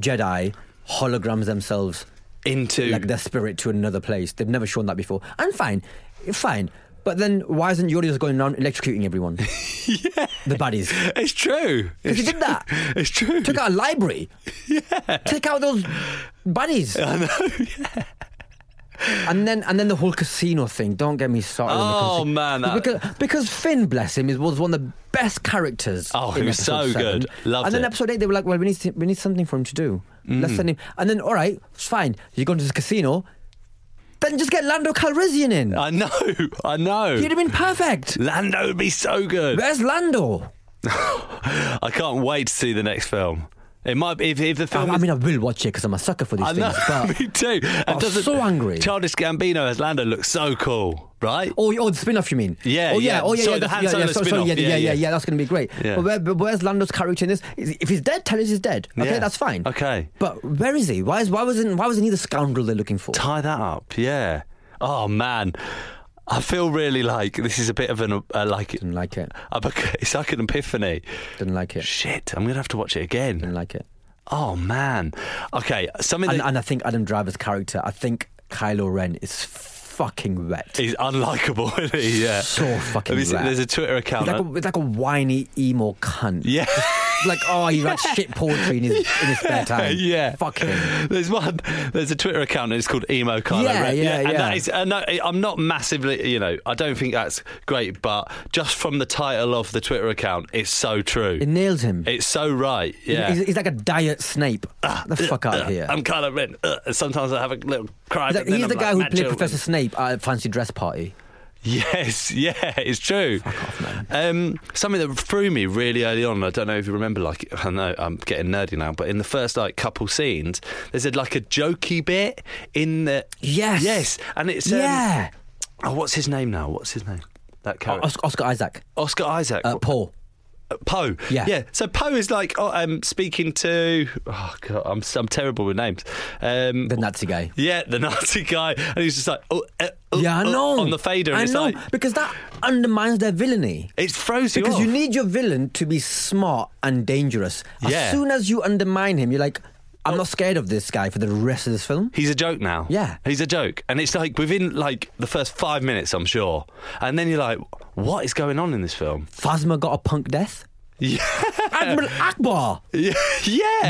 Speaker 2: Jedi holograms themselves
Speaker 1: Into
Speaker 2: like their spirit to another place. They've never shown that before. And fine, fine. But then why isn't Yoda just going around electrocuting everyone? The baddies.
Speaker 1: It's true. It's
Speaker 2: Because he did that.
Speaker 1: tr- It's true.
Speaker 2: Took out a library. Yeah. Take out those baddies.
Speaker 1: I know.
Speaker 2: And then and then the whole casino thing. Don't get me started. on the
Speaker 1: Oh,
Speaker 2: casino.
Speaker 1: man, that-
Speaker 2: Because, because Finn, bless him, is was one of the best characters.
Speaker 1: Oh,
Speaker 2: in
Speaker 1: he was
Speaker 2: episode
Speaker 1: so
Speaker 2: seven.
Speaker 1: good. Loved
Speaker 2: And then
Speaker 1: it. Mm.
Speaker 2: episode eight, they were like, well, we need to- we need something for him to do. Let's send him. And then all right, it's fine. You go into this casino. Then just get Lando Calrissian in.
Speaker 1: I know. I know.
Speaker 2: He'd have been perfect.
Speaker 1: Lando would be so good.
Speaker 2: Where's Lando?
Speaker 1: I can't wait to see the next film. It might be if, if the
Speaker 2: I,
Speaker 1: film.
Speaker 2: I
Speaker 1: is-
Speaker 2: mean, I will watch it because I'm a sucker for these
Speaker 1: I know.
Speaker 2: things. But
Speaker 1: me too.
Speaker 2: I
Speaker 1: And
Speaker 2: was
Speaker 1: doesn't
Speaker 2: so angry.
Speaker 1: Childish Gambino as Lando looks so cool, right?
Speaker 2: Oh, oh, the spin-off, you mean?
Speaker 1: Yeah,
Speaker 2: oh, yeah,
Speaker 1: yeah.
Speaker 2: oh, yeah,
Speaker 1: Sorry,
Speaker 2: yeah,
Speaker 1: the Han
Speaker 2: that's, yeah,
Speaker 1: Solo
Speaker 2: yeah, so-
Speaker 1: spin-off.
Speaker 2: sorry,
Speaker 1: Yeah,
Speaker 2: yeah, yeah, yeah,
Speaker 1: yeah.
Speaker 2: yeah, that's going to be great.
Speaker 1: Yeah.
Speaker 2: But, where, but where's Lando's character in this? Is- If he's dead, tell us he's dead. Okay,
Speaker 1: Yeah.
Speaker 2: that's fine.
Speaker 1: Okay.
Speaker 2: but where is he? Why is why wasn't why wasn't he the scoundrel they're looking for?
Speaker 1: tie that up. Yeah. Oh man, I feel really like this is a bit of an uh, like.
Speaker 2: Didn't like it.
Speaker 1: I'm a- It's like an epiphany.
Speaker 2: Didn't like it.
Speaker 1: Shit, I'm gonna have to watch it again.
Speaker 2: Didn't like it.
Speaker 1: Oh man. Okay, something
Speaker 2: And,
Speaker 1: that
Speaker 2: and I think Adam Driver's character, I think Kylo Ren is fucking wet.
Speaker 1: is unlikable. Isn't he? Yeah.
Speaker 2: So
Speaker 1: Have
Speaker 2: fucking
Speaker 1: you seen-
Speaker 2: wet.
Speaker 1: There's a Twitter account.
Speaker 2: He's like, a, he's like a whiny emo cunt.
Speaker 1: yeah.
Speaker 2: Like, oh, he writes shit poetry in his, in his spare time.
Speaker 1: Yeah.
Speaker 2: Fuck him.
Speaker 1: There's one. There's a Twitter account and it's called Emo Kylo
Speaker 2: Yeah,
Speaker 1: Ren.
Speaker 2: yeah,
Speaker 1: And
Speaker 2: yeah.
Speaker 1: that is, and I, I'm not massively, you know, I don't think that's great, but just from the title of the Twitter account, it's so true.
Speaker 2: It nails him.
Speaker 1: it's so right. Yeah. Ah.
Speaker 2: He's, he's like a diet Snape. the fuck out of here.
Speaker 1: I'm Kylo Ren. Uh, and sometimes I have a little cry.
Speaker 2: He's,
Speaker 1: but
Speaker 2: like-
Speaker 1: then
Speaker 2: he's
Speaker 1: I'm
Speaker 2: the
Speaker 1: like,
Speaker 2: guy who
Speaker 1: "Mad
Speaker 2: played
Speaker 1: children."
Speaker 2: Professor Snape at a fancy dress party.
Speaker 1: Yes, yeah, it's true. Um, something that threw me really early on, I don't know if you remember, like, I know I'm getting nerdy now, but in the first like couple scenes, there's a, like a jokey bit in the.
Speaker 2: Yes.
Speaker 1: Yes, and it's. Um,
Speaker 2: yeah.
Speaker 1: Oh, what's his name now? What's his name? That
Speaker 2: O-
Speaker 1: character.
Speaker 2: Oscar, Oscar Isaac.
Speaker 1: Oscar Isaac.
Speaker 2: Uh, Paul.
Speaker 1: Uh, Poe.
Speaker 2: Yeah.
Speaker 1: Yeah. So Poe is like oh, um, speaking to. Oh, God, I'm, I'm terrible with names. Um,
Speaker 2: The Nazi guy.
Speaker 1: yeah, the Nazi guy. And he's just like, oh, uh, oh,
Speaker 2: Yeah, I
Speaker 1: oh,
Speaker 2: know.
Speaker 1: On the fader. And
Speaker 2: I
Speaker 1: it's
Speaker 2: know.
Speaker 1: like,
Speaker 2: because that undermines their villainy.
Speaker 1: it throws you
Speaker 2: Because
Speaker 1: off.
Speaker 2: you need your villain to be smart and dangerous. As
Speaker 1: Yeah.
Speaker 2: soon as you undermine him, you're like, I'm not scared of this guy for the rest of this film.
Speaker 1: He's a joke now.
Speaker 2: Yeah.
Speaker 1: He's a joke. And it's like within like the first five minutes, I'm sure. And then you're like, what is going on in this film?
Speaker 2: Phasma got a punk death.
Speaker 1: Yeah.
Speaker 2: Admiral Akbar.
Speaker 1: yeah.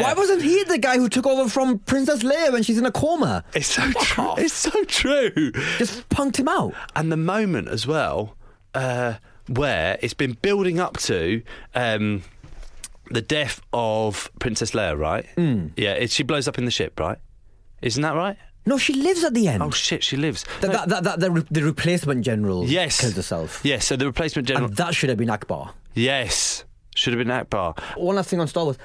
Speaker 2: Why wasn't he the guy who took over from Princess Leia when she's in a coma?
Speaker 1: it's so true.
Speaker 2: off.
Speaker 1: It's so true.
Speaker 2: Just punked him out.
Speaker 1: And the moment as well, uh, where it's been building up to um, the death of Princess Leia, right?
Speaker 2: Hmm.
Speaker 1: Mm. Yeah. It, she blows up in the ship, right? Isn't that right?
Speaker 2: No, she lives at the end.
Speaker 1: Oh shit, she lives.
Speaker 2: Hmm. That- that- that- that- the, re- the replacement general
Speaker 1: yes.
Speaker 2: killed herself.
Speaker 1: Yes. So the replacement general.
Speaker 2: And that should have been Akbar.
Speaker 1: yes. Should have been Akbar.
Speaker 2: One last thing on Star Wars.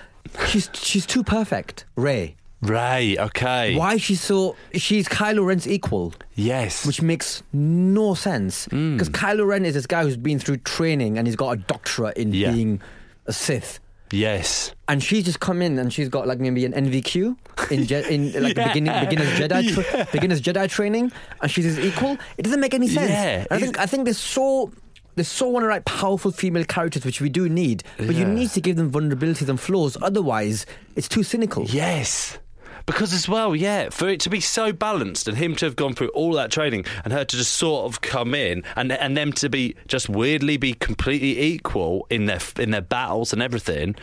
Speaker 2: She's, she's too perfect. Ray.
Speaker 1: Ray. Okay.
Speaker 2: Why is she so. She's Kylo Ren's equal.
Speaker 1: Yes.
Speaker 2: which makes no sense
Speaker 1: Mm.
Speaker 2: because Kylo Ren is this guy who's been through training and he's got a doctorate in
Speaker 1: Yeah.
Speaker 2: being a Sith,
Speaker 1: yes.
Speaker 2: and she's just come in and she's got like maybe an NVQ in Je- in like
Speaker 1: Yeah.
Speaker 2: beginning beginner's Jedi tra- beginner's Jedi training, and she's his equal. It doesn't make any sense.
Speaker 1: Yeah,
Speaker 2: And I think I think there's so. There's so want to write powerful female characters, which we do need, but you
Speaker 1: Yeah.
Speaker 2: need to give them vulnerabilities and flaws. Otherwise, it's too cynical.
Speaker 1: Yes. Because as well, yeah, for it to be so balanced and him to have gone through all that training and her to just sort of come in and and them to be just weirdly be completely equal in their in their battles and everything,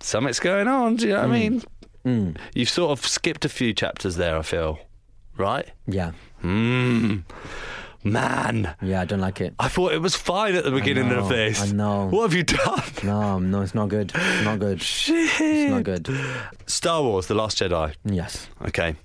Speaker 1: something's going on. Do you know
Speaker 2: Mm.
Speaker 1: what I mean? You've sort of skipped a few chapters there. I feel, right?
Speaker 2: Yeah,
Speaker 1: Mm. Man,
Speaker 2: yeah, I don't like it.
Speaker 1: I thought it was fine at the beginning
Speaker 2: know,
Speaker 1: of this.
Speaker 2: I know.
Speaker 1: What have you done?
Speaker 2: No, no, it's not good. It's not good.
Speaker 1: Shit.
Speaker 2: It's not good.
Speaker 1: Star Wars: The Last Jedi.
Speaker 2: Yes.
Speaker 1: Okay,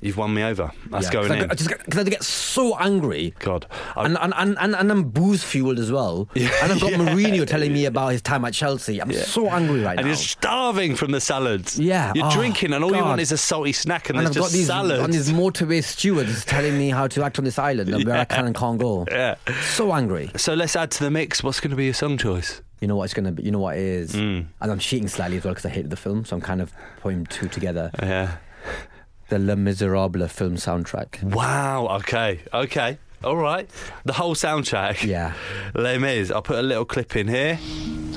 Speaker 1: you've won me over. That's
Speaker 2: Yeah,
Speaker 1: going
Speaker 2: 'cause I,
Speaker 1: in.
Speaker 2: I just get, cause I get so angry.
Speaker 1: God, I,
Speaker 2: And, and, and, and, and I'm booze fueled as well. and I've got Mourinho telling me about his time at Chelsea. I'm so angry right
Speaker 1: and
Speaker 2: now.
Speaker 1: you're starving from the salads.
Speaker 2: Yeah,
Speaker 1: you're
Speaker 2: oh,
Speaker 1: drinking, and all you want
Speaker 2: God.
Speaker 1: is a salty snack, and,
Speaker 2: and I've
Speaker 1: there's
Speaker 2: got
Speaker 1: just
Speaker 2: these, and
Speaker 1: salads.
Speaker 2: these motorway stewards telling me how to act on this island and where I can and can't go.
Speaker 1: Yeah.
Speaker 2: So angry.
Speaker 1: So let's add to the mix. What's going to be your song choice?
Speaker 2: You know what it's going to be? You know what it is?
Speaker 1: Mm.
Speaker 2: And I'm cheating slightly as well because I hated the film, so I'm kind of putting two together.
Speaker 1: Yeah.
Speaker 2: The Le Miserable film soundtrack.
Speaker 1: Wow. Okay. Okay. All right. The whole soundtrack.
Speaker 2: Yeah.
Speaker 1: Les Mis. I'll put a little clip in here.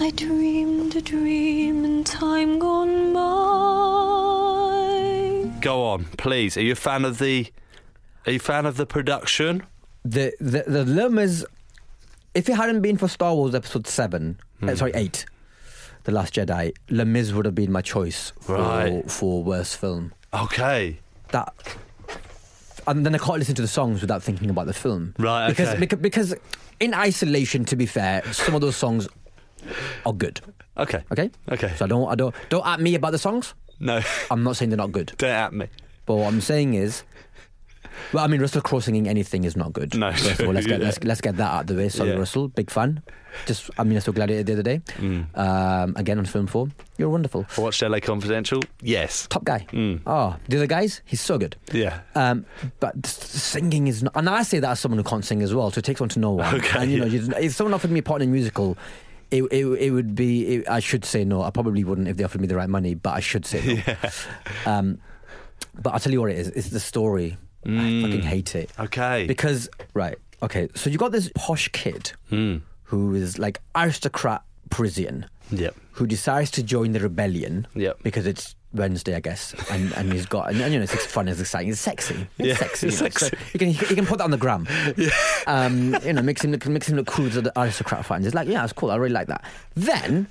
Speaker 3: I dreamed a dream in time gone by.
Speaker 1: Go on, please. Are you a fan of the? Are you a fan of the production?
Speaker 2: the the the limb is if it hadn't been for Star Wars Episode Seven,
Speaker 1: Hmm.
Speaker 2: uh, sorry Eight, The Last Jedi, Le Mis would have been my choice for
Speaker 1: Right.
Speaker 2: for worst film.
Speaker 1: Okay.
Speaker 2: That. And then I can't listen to the songs without thinking about the film.
Speaker 1: Right,
Speaker 2: Because,
Speaker 1: okay.
Speaker 2: beca- because, in isolation, to be fair, some of those songs are good.
Speaker 1: Okay.
Speaker 2: Okay.
Speaker 1: Okay.
Speaker 2: So I don't, I don't, don't at me about the songs.
Speaker 1: No.
Speaker 2: I'm not saying they're not good.
Speaker 1: Don't at me.
Speaker 2: But what I'm saying is, well, I mean, Russell Crowe singing anything is not good.
Speaker 1: No,
Speaker 2: first of all, let's get let's, let's get that out of the way. Sorry,
Speaker 1: Yeah.
Speaker 2: Russell, big fan. Just, I mean, I saw Gladiator the other day.
Speaker 1: Mm.
Speaker 2: Um, again on film four, you're wonderful.
Speaker 1: I watched LA Confidential. Yes.
Speaker 2: Top guy.
Speaker 1: Mm.
Speaker 2: Oh, the other guys, he's so good.
Speaker 1: Yeah.
Speaker 2: Um, but s- singing is not, and I say that as someone who can't sing as well, so it takes one to know one.
Speaker 1: Okay,
Speaker 2: And, you know,
Speaker 1: yeah.
Speaker 2: you- if someone offered me a part in a musical, it, it, it would be, it, I should say no. I probably wouldn't if they offered me the right money, but I should say no. Um, but I'll tell you what it is it's the story.
Speaker 1: Mm.
Speaker 2: I fucking hate it.
Speaker 1: Okay. Hmm.
Speaker 2: Because, right, okay, so you got this posh kid who is like aristocrat prison
Speaker 1: Yep.
Speaker 2: who decides to join the rebellion
Speaker 1: Yep.
Speaker 2: because it's Wednesday, I guess, and, and he's got and, and, you know it's fun, it's exciting, it's sexy, it's
Speaker 1: Yeah,
Speaker 2: sexy.
Speaker 1: it's
Speaker 2: you know, so
Speaker 1: sexy.
Speaker 2: you can you can put that on the gram, um, you know, makes him look makes him look cool to the aristocrat fans. It's like yeah, it's cool, I really like that. Then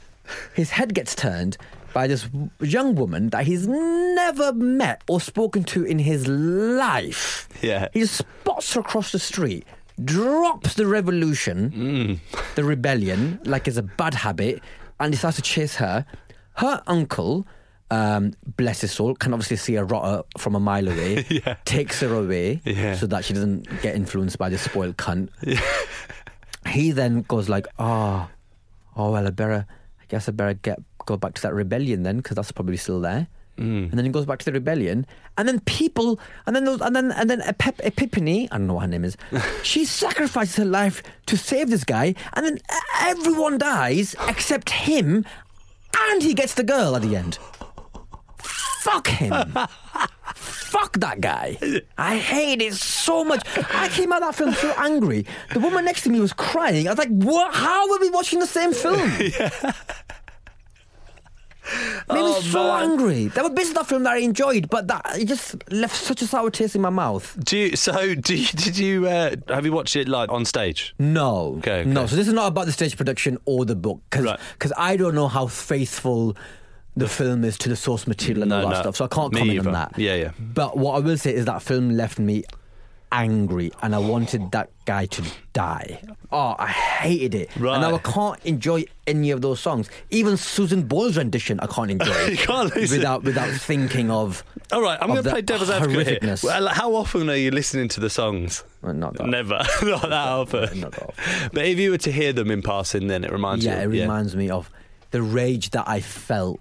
Speaker 2: his head gets turned by this w- young woman that he's never met or spoken to in his life.
Speaker 1: Yeah.
Speaker 2: he just spots her across the street. Drops the revolution, the rebellion like it's a bad habit and decides to chase her. Her uncle, um, bless his soul, can obviously see a rotter from a mile away, takes her away
Speaker 1: Yeah.
Speaker 2: so that she doesn't get influenced by this spoiled cunt. He then goes like, oh, oh, well, I better, I guess I better get go back to that rebellion then because that's probably still there. And then he goes back to the rebellion, and then people, and then those, and then and then Epip- Epiphany, I don't know what her name is. she sacrifices her life to save this guy, and then e- everyone dies except him, and he gets the girl at the end. Fuck him. Fuck that guy. I hate it so much. I came out of that film so angry. The woman next to me was crying. I was like, what? How are we watching the same film? Made me so angry. There were bits of that film that I enjoyed, but that it just left such a sour taste in my mouth.
Speaker 1: Do you, so? Do you, did you uh, have you watched it live on stage?
Speaker 2: Mm. No,
Speaker 1: Okay,
Speaker 2: no.
Speaker 1: okay.
Speaker 2: So this is not about the stage production or the book, because
Speaker 1: Right.
Speaker 2: I don't know how faithful the film is to the source material and
Speaker 1: No,
Speaker 2: all that
Speaker 1: no.
Speaker 2: stuff. So I can't
Speaker 1: Me
Speaker 2: comment on
Speaker 1: either.
Speaker 2: that.
Speaker 1: Yeah, yeah.
Speaker 2: But what I will say is that film left me angry, and I wanted that guy to die. Oh, I hated it.
Speaker 1: Right.
Speaker 2: And now I can't enjoy any of those songs. Even Susan Boyle's rendition, I can't enjoy.
Speaker 1: You can't listen.
Speaker 2: without without thinking of.
Speaker 1: All right, I'm
Speaker 2: of
Speaker 1: going to
Speaker 2: the
Speaker 1: play devil's advocate here.
Speaker 2: horrificness.
Speaker 1: Well, how often are you listening to the songs?
Speaker 2: Well, not that.
Speaker 1: Never, not that often.
Speaker 2: Not that
Speaker 1: But if you were to hear them in passing, then it reminds
Speaker 2: yeah, it
Speaker 1: you.
Speaker 2: reminds me of the rage that I felt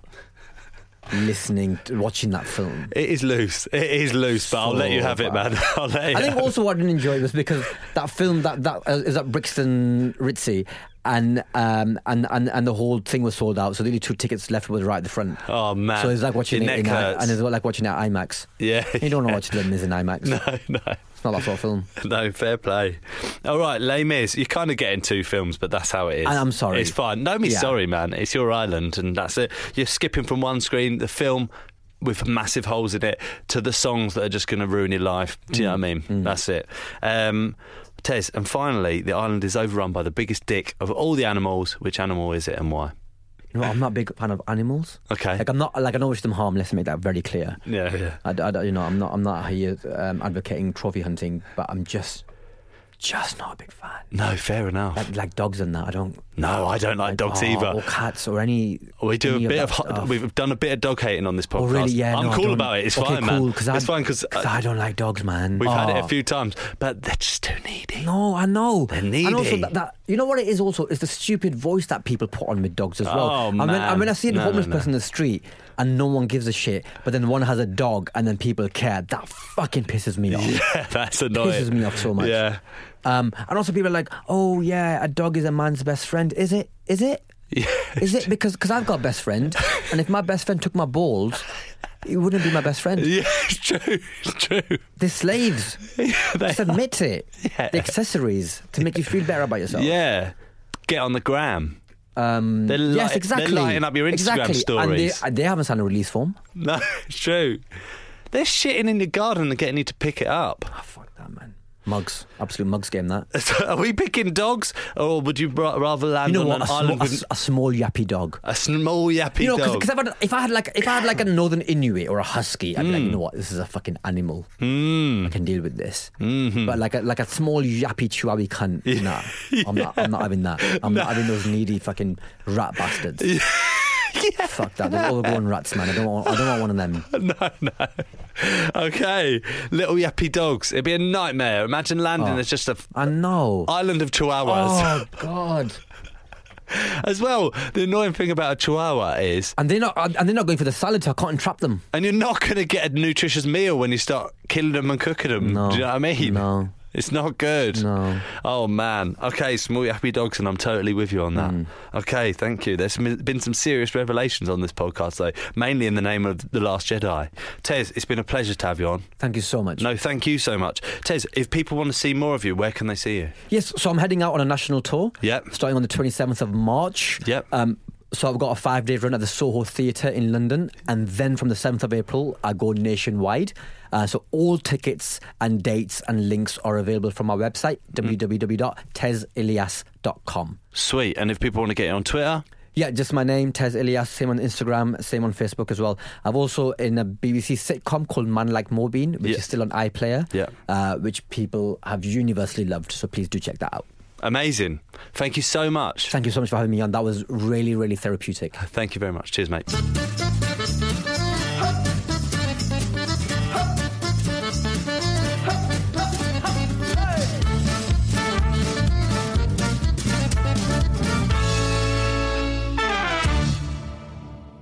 Speaker 2: listening, to, watching that film.
Speaker 1: It is loose. It is loose, but I'll let you
Speaker 2: So
Speaker 1: have it,
Speaker 2: bad.
Speaker 1: man. I'll let you
Speaker 2: I think
Speaker 1: have it.
Speaker 2: also what I didn't enjoy was because that film that that uh, is at Brixton Ritzy. And, um, and and and the whole thing was sold out, so the only two tickets left were right at the front.
Speaker 1: Oh, man.
Speaker 2: So it's like watching
Speaker 1: Your
Speaker 2: it, in
Speaker 1: neck
Speaker 2: I-
Speaker 1: hurts.
Speaker 2: and it's like watching it at IMAX.
Speaker 1: Yeah.
Speaker 2: you don't want to watch them is in IMAX.
Speaker 1: No, no.
Speaker 2: It's not that sort of film.
Speaker 1: No, fair play. All right, Les Mis. You're kind of getting two films, but that's how it is.
Speaker 2: I- I'm sorry.
Speaker 1: It's fine. No, me
Speaker 2: Yeah.
Speaker 1: sorry, man. It's your island, and that's it. You're skipping from one screen, the film with massive holes in it, to the songs that are just going to ruin your life. Do you know what I mean?
Speaker 2: Mm.
Speaker 1: That's it. Um, Tez, and finally, the island is overrun by the biggest dick of all the animals. Which animal is it and why?
Speaker 2: You know, I'm not a big fan of animals.
Speaker 1: Okay.
Speaker 2: Like I'm not like I don't wish them harm. Let's make that very clear.
Speaker 1: Yeah, yeah.
Speaker 2: I, d- I d- you know, I'm not, I'm not here um, advocating trophy hunting, but I'm just, just not a big fan.
Speaker 1: No, fair enough.
Speaker 2: Like, like dogs and that, I don't.
Speaker 1: No, I don't like dogs
Speaker 2: oh,
Speaker 1: either.
Speaker 2: Or cats or any.
Speaker 1: We do
Speaker 2: any
Speaker 1: a bit of,
Speaker 2: that
Speaker 1: ho-
Speaker 2: stuff.
Speaker 1: we've done a bit of dog hating on this podcast.
Speaker 2: Oh really? Yeah.
Speaker 1: I'm
Speaker 2: no, I
Speaker 1: cool
Speaker 2: don't-
Speaker 1: about it. It's
Speaker 2: okay,
Speaker 1: fine,
Speaker 2: cool,
Speaker 1: man.
Speaker 2: 'cause
Speaker 1: It's
Speaker 2: I,
Speaker 1: fine because
Speaker 2: I don't like dogs, man.
Speaker 1: we've had it a
Speaker 2: Oh.
Speaker 1: few times, but they're just too needy.
Speaker 2: No, I know.
Speaker 1: They're
Speaker 2: And also
Speaker 1: needy.
Speaker 2: that, that you know what it is also is the stupid voice that people put on with dogs as well.
Speaker 1: Oh,
Speaker 2: I mean, I
Speaker 1: man.
Speaker 2: mean, I see a
Speaker 1: No, no,
Speaker 2: homeless
Speaker 1: no.
Speaker 2: person in the street and no one gives a shit, but then one has a dog and then people care. That fucking pisses me off.
Speaker 1: Yeah, that's annoying.
Speaker 2: Pisses me off so much.
Speaker 1: Yeah,
Speaker 2: Um, and also people are like, oh yeah, a dog is a man's best friend. Is it? Is it?
Speaker 1: Yeah.
Speaker 2: Is it because because I've got a best friend, and if my best friend took my balls, it wouldn't be my best friend.
Speaker 1: yeah, it's true. It's true.
Speaker 2: They're slaves.
Speaker 1: They-
Speaker 2: Just admit it.
Speaker 1: Yeah.
Speaker 2: The accessories to make you feel better about yourself.
Speaker 1: yeah, get on the gram.
Speaker 2: Um,
Speaker 1: They're
Speaker 2: yes,
Speaker 1: li-
Speaker 2: exactly.
Speaker 1: They're lighting up your Instagram
Speaker 2: exactly.
Speaker 1: stories.
Speaker 2: And they, they haven't signed a release form.
Speaker 1: No, it's true. They're shitting in your garden and getting you to pick it up.
Speaker 2: Oh, fuck that, man. Mugs, absolute mugs game. That
Speaker 1: So are we picking dogs, or would you ra- rather land
Speaker 2: you know
Speaker 1: on an
Speaker 2: what? A, small-
Speaker 1: island
Speaker 2: a
Speaker 1: with
Speaker 2: s- a small yappy dog.
Speaker 1: a small yappy
Speaker 2: You know,
Speaker 1: dog?
Speaker 2: because if I had like if I had like a northern Inuit or a husky, I'd be like, you know what, this is a fucking animal. I can deal with this. But like a like a small yappy chihuahua cunt, nah. I'm not I'm not having that. I'm not having those needy fucking rat bastards. Fuck that. Those overgrown rats, man. I don't want I don't want one of them.
Speaker 1: no, no. Okay, little yappy dogs. It'd be a nightmare. Imagine landing
Speaker 2: Oh.
Speaker 1: as just a f-
Speaker 2: I know.
Speaker 1: island of chihuahuas.
Speaker 2: Oh God. Oh.
Speaker 1: As well, the annoying thing about a chihuahua is,
Speaker 2: And they're not and they're not going for the salad, so I can't entrap them.
Speaker 1: and you're not going to get a nutritious meal when you start killing them and cooking them.
Speaker 2: No.
Speaker 1: Do you know what I mean?
Speaker 2: No.
Speaker 1: It's not good.
Speaker 2: No.
Speaker 1: Oh man. Okay, small happy dogs, and I'm totally with you on that.
Speaker 2: Mm.
Speaker 1: Okay, thank you. There's m- been some serious revelations on this podcast, though, mainly in the name of the Last Jedi. Tez, it's been a pleasure to have you on.
Speaker 2: Thank you so much.
Speaker 1: No, thank you so much, Tez. If people want to see more of you, where can they see you?
Speaker 2: Yes, so I'm heading out on a national tour.
Speaker 1: Yep.
Speaker 2: Starting on the 27th of March.
Speaker 1: Yep.
Speaker 2: Um, so I've got a five day run at the Soho Theatre in London, and then from the 7th of April, I go nationwide. Uh, so all tickets and dates and links are available from my website,
Speaker 1: Mm.
Speaker 2: www.tezilias.com.
Speaker 1: Sweet. And if people want to get you on Twitter,
Speaker 2: Yeah, just my name, Tez Elias, same on Instagram, same on Facebook as well. I've also in a BBC sitcom called Man Like Mobeen, which
Speaker 1: Yeah.
Speaker 2: is still on iPlayer,
Speaker 1: Yeah.
Speaker 2: uh, which people have universally loved. So please do check that out.
Speaker 1: amazing. Thank you so much.
Speaker 2: Thank you so much for having me on. That was really, really therapeutic.
Speaker 1: Thank you very much. Cheers, mate.